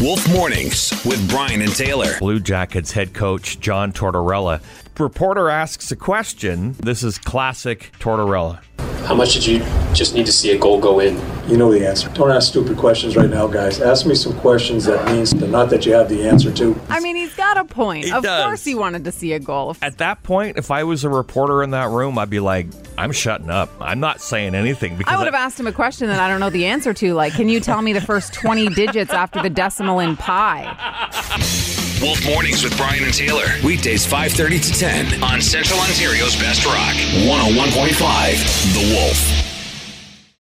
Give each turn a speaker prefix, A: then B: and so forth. A: Wolf Mornings with Brian and Taylor.
B: Blue Jackets head coach John Tortorella. Reporter asks a question. This is classic Tortorella.
C: How much did you just need to see a goal go in?
D: You know the answer. Don't ask stupid questions right now, guys. Ask me some questions that means not that you have the answer to.
E: I mean, he's got a point.
B: He
E: of
B: does.
E: course, he wanted to see a goal.
B: At that point, if I was a reporter in that room, I'd be like, I'm shutting up. I'm not saying anything because
E: I would have asked him a question that I don't know the answer to. Like, can you tell me the first 20 digits after the decimal in pi?
A: Wolf Mornings with Brian and Taylor. Weekdays 5:30 to 10 on Central Ontario's Best Rock 101.5 The Wolf.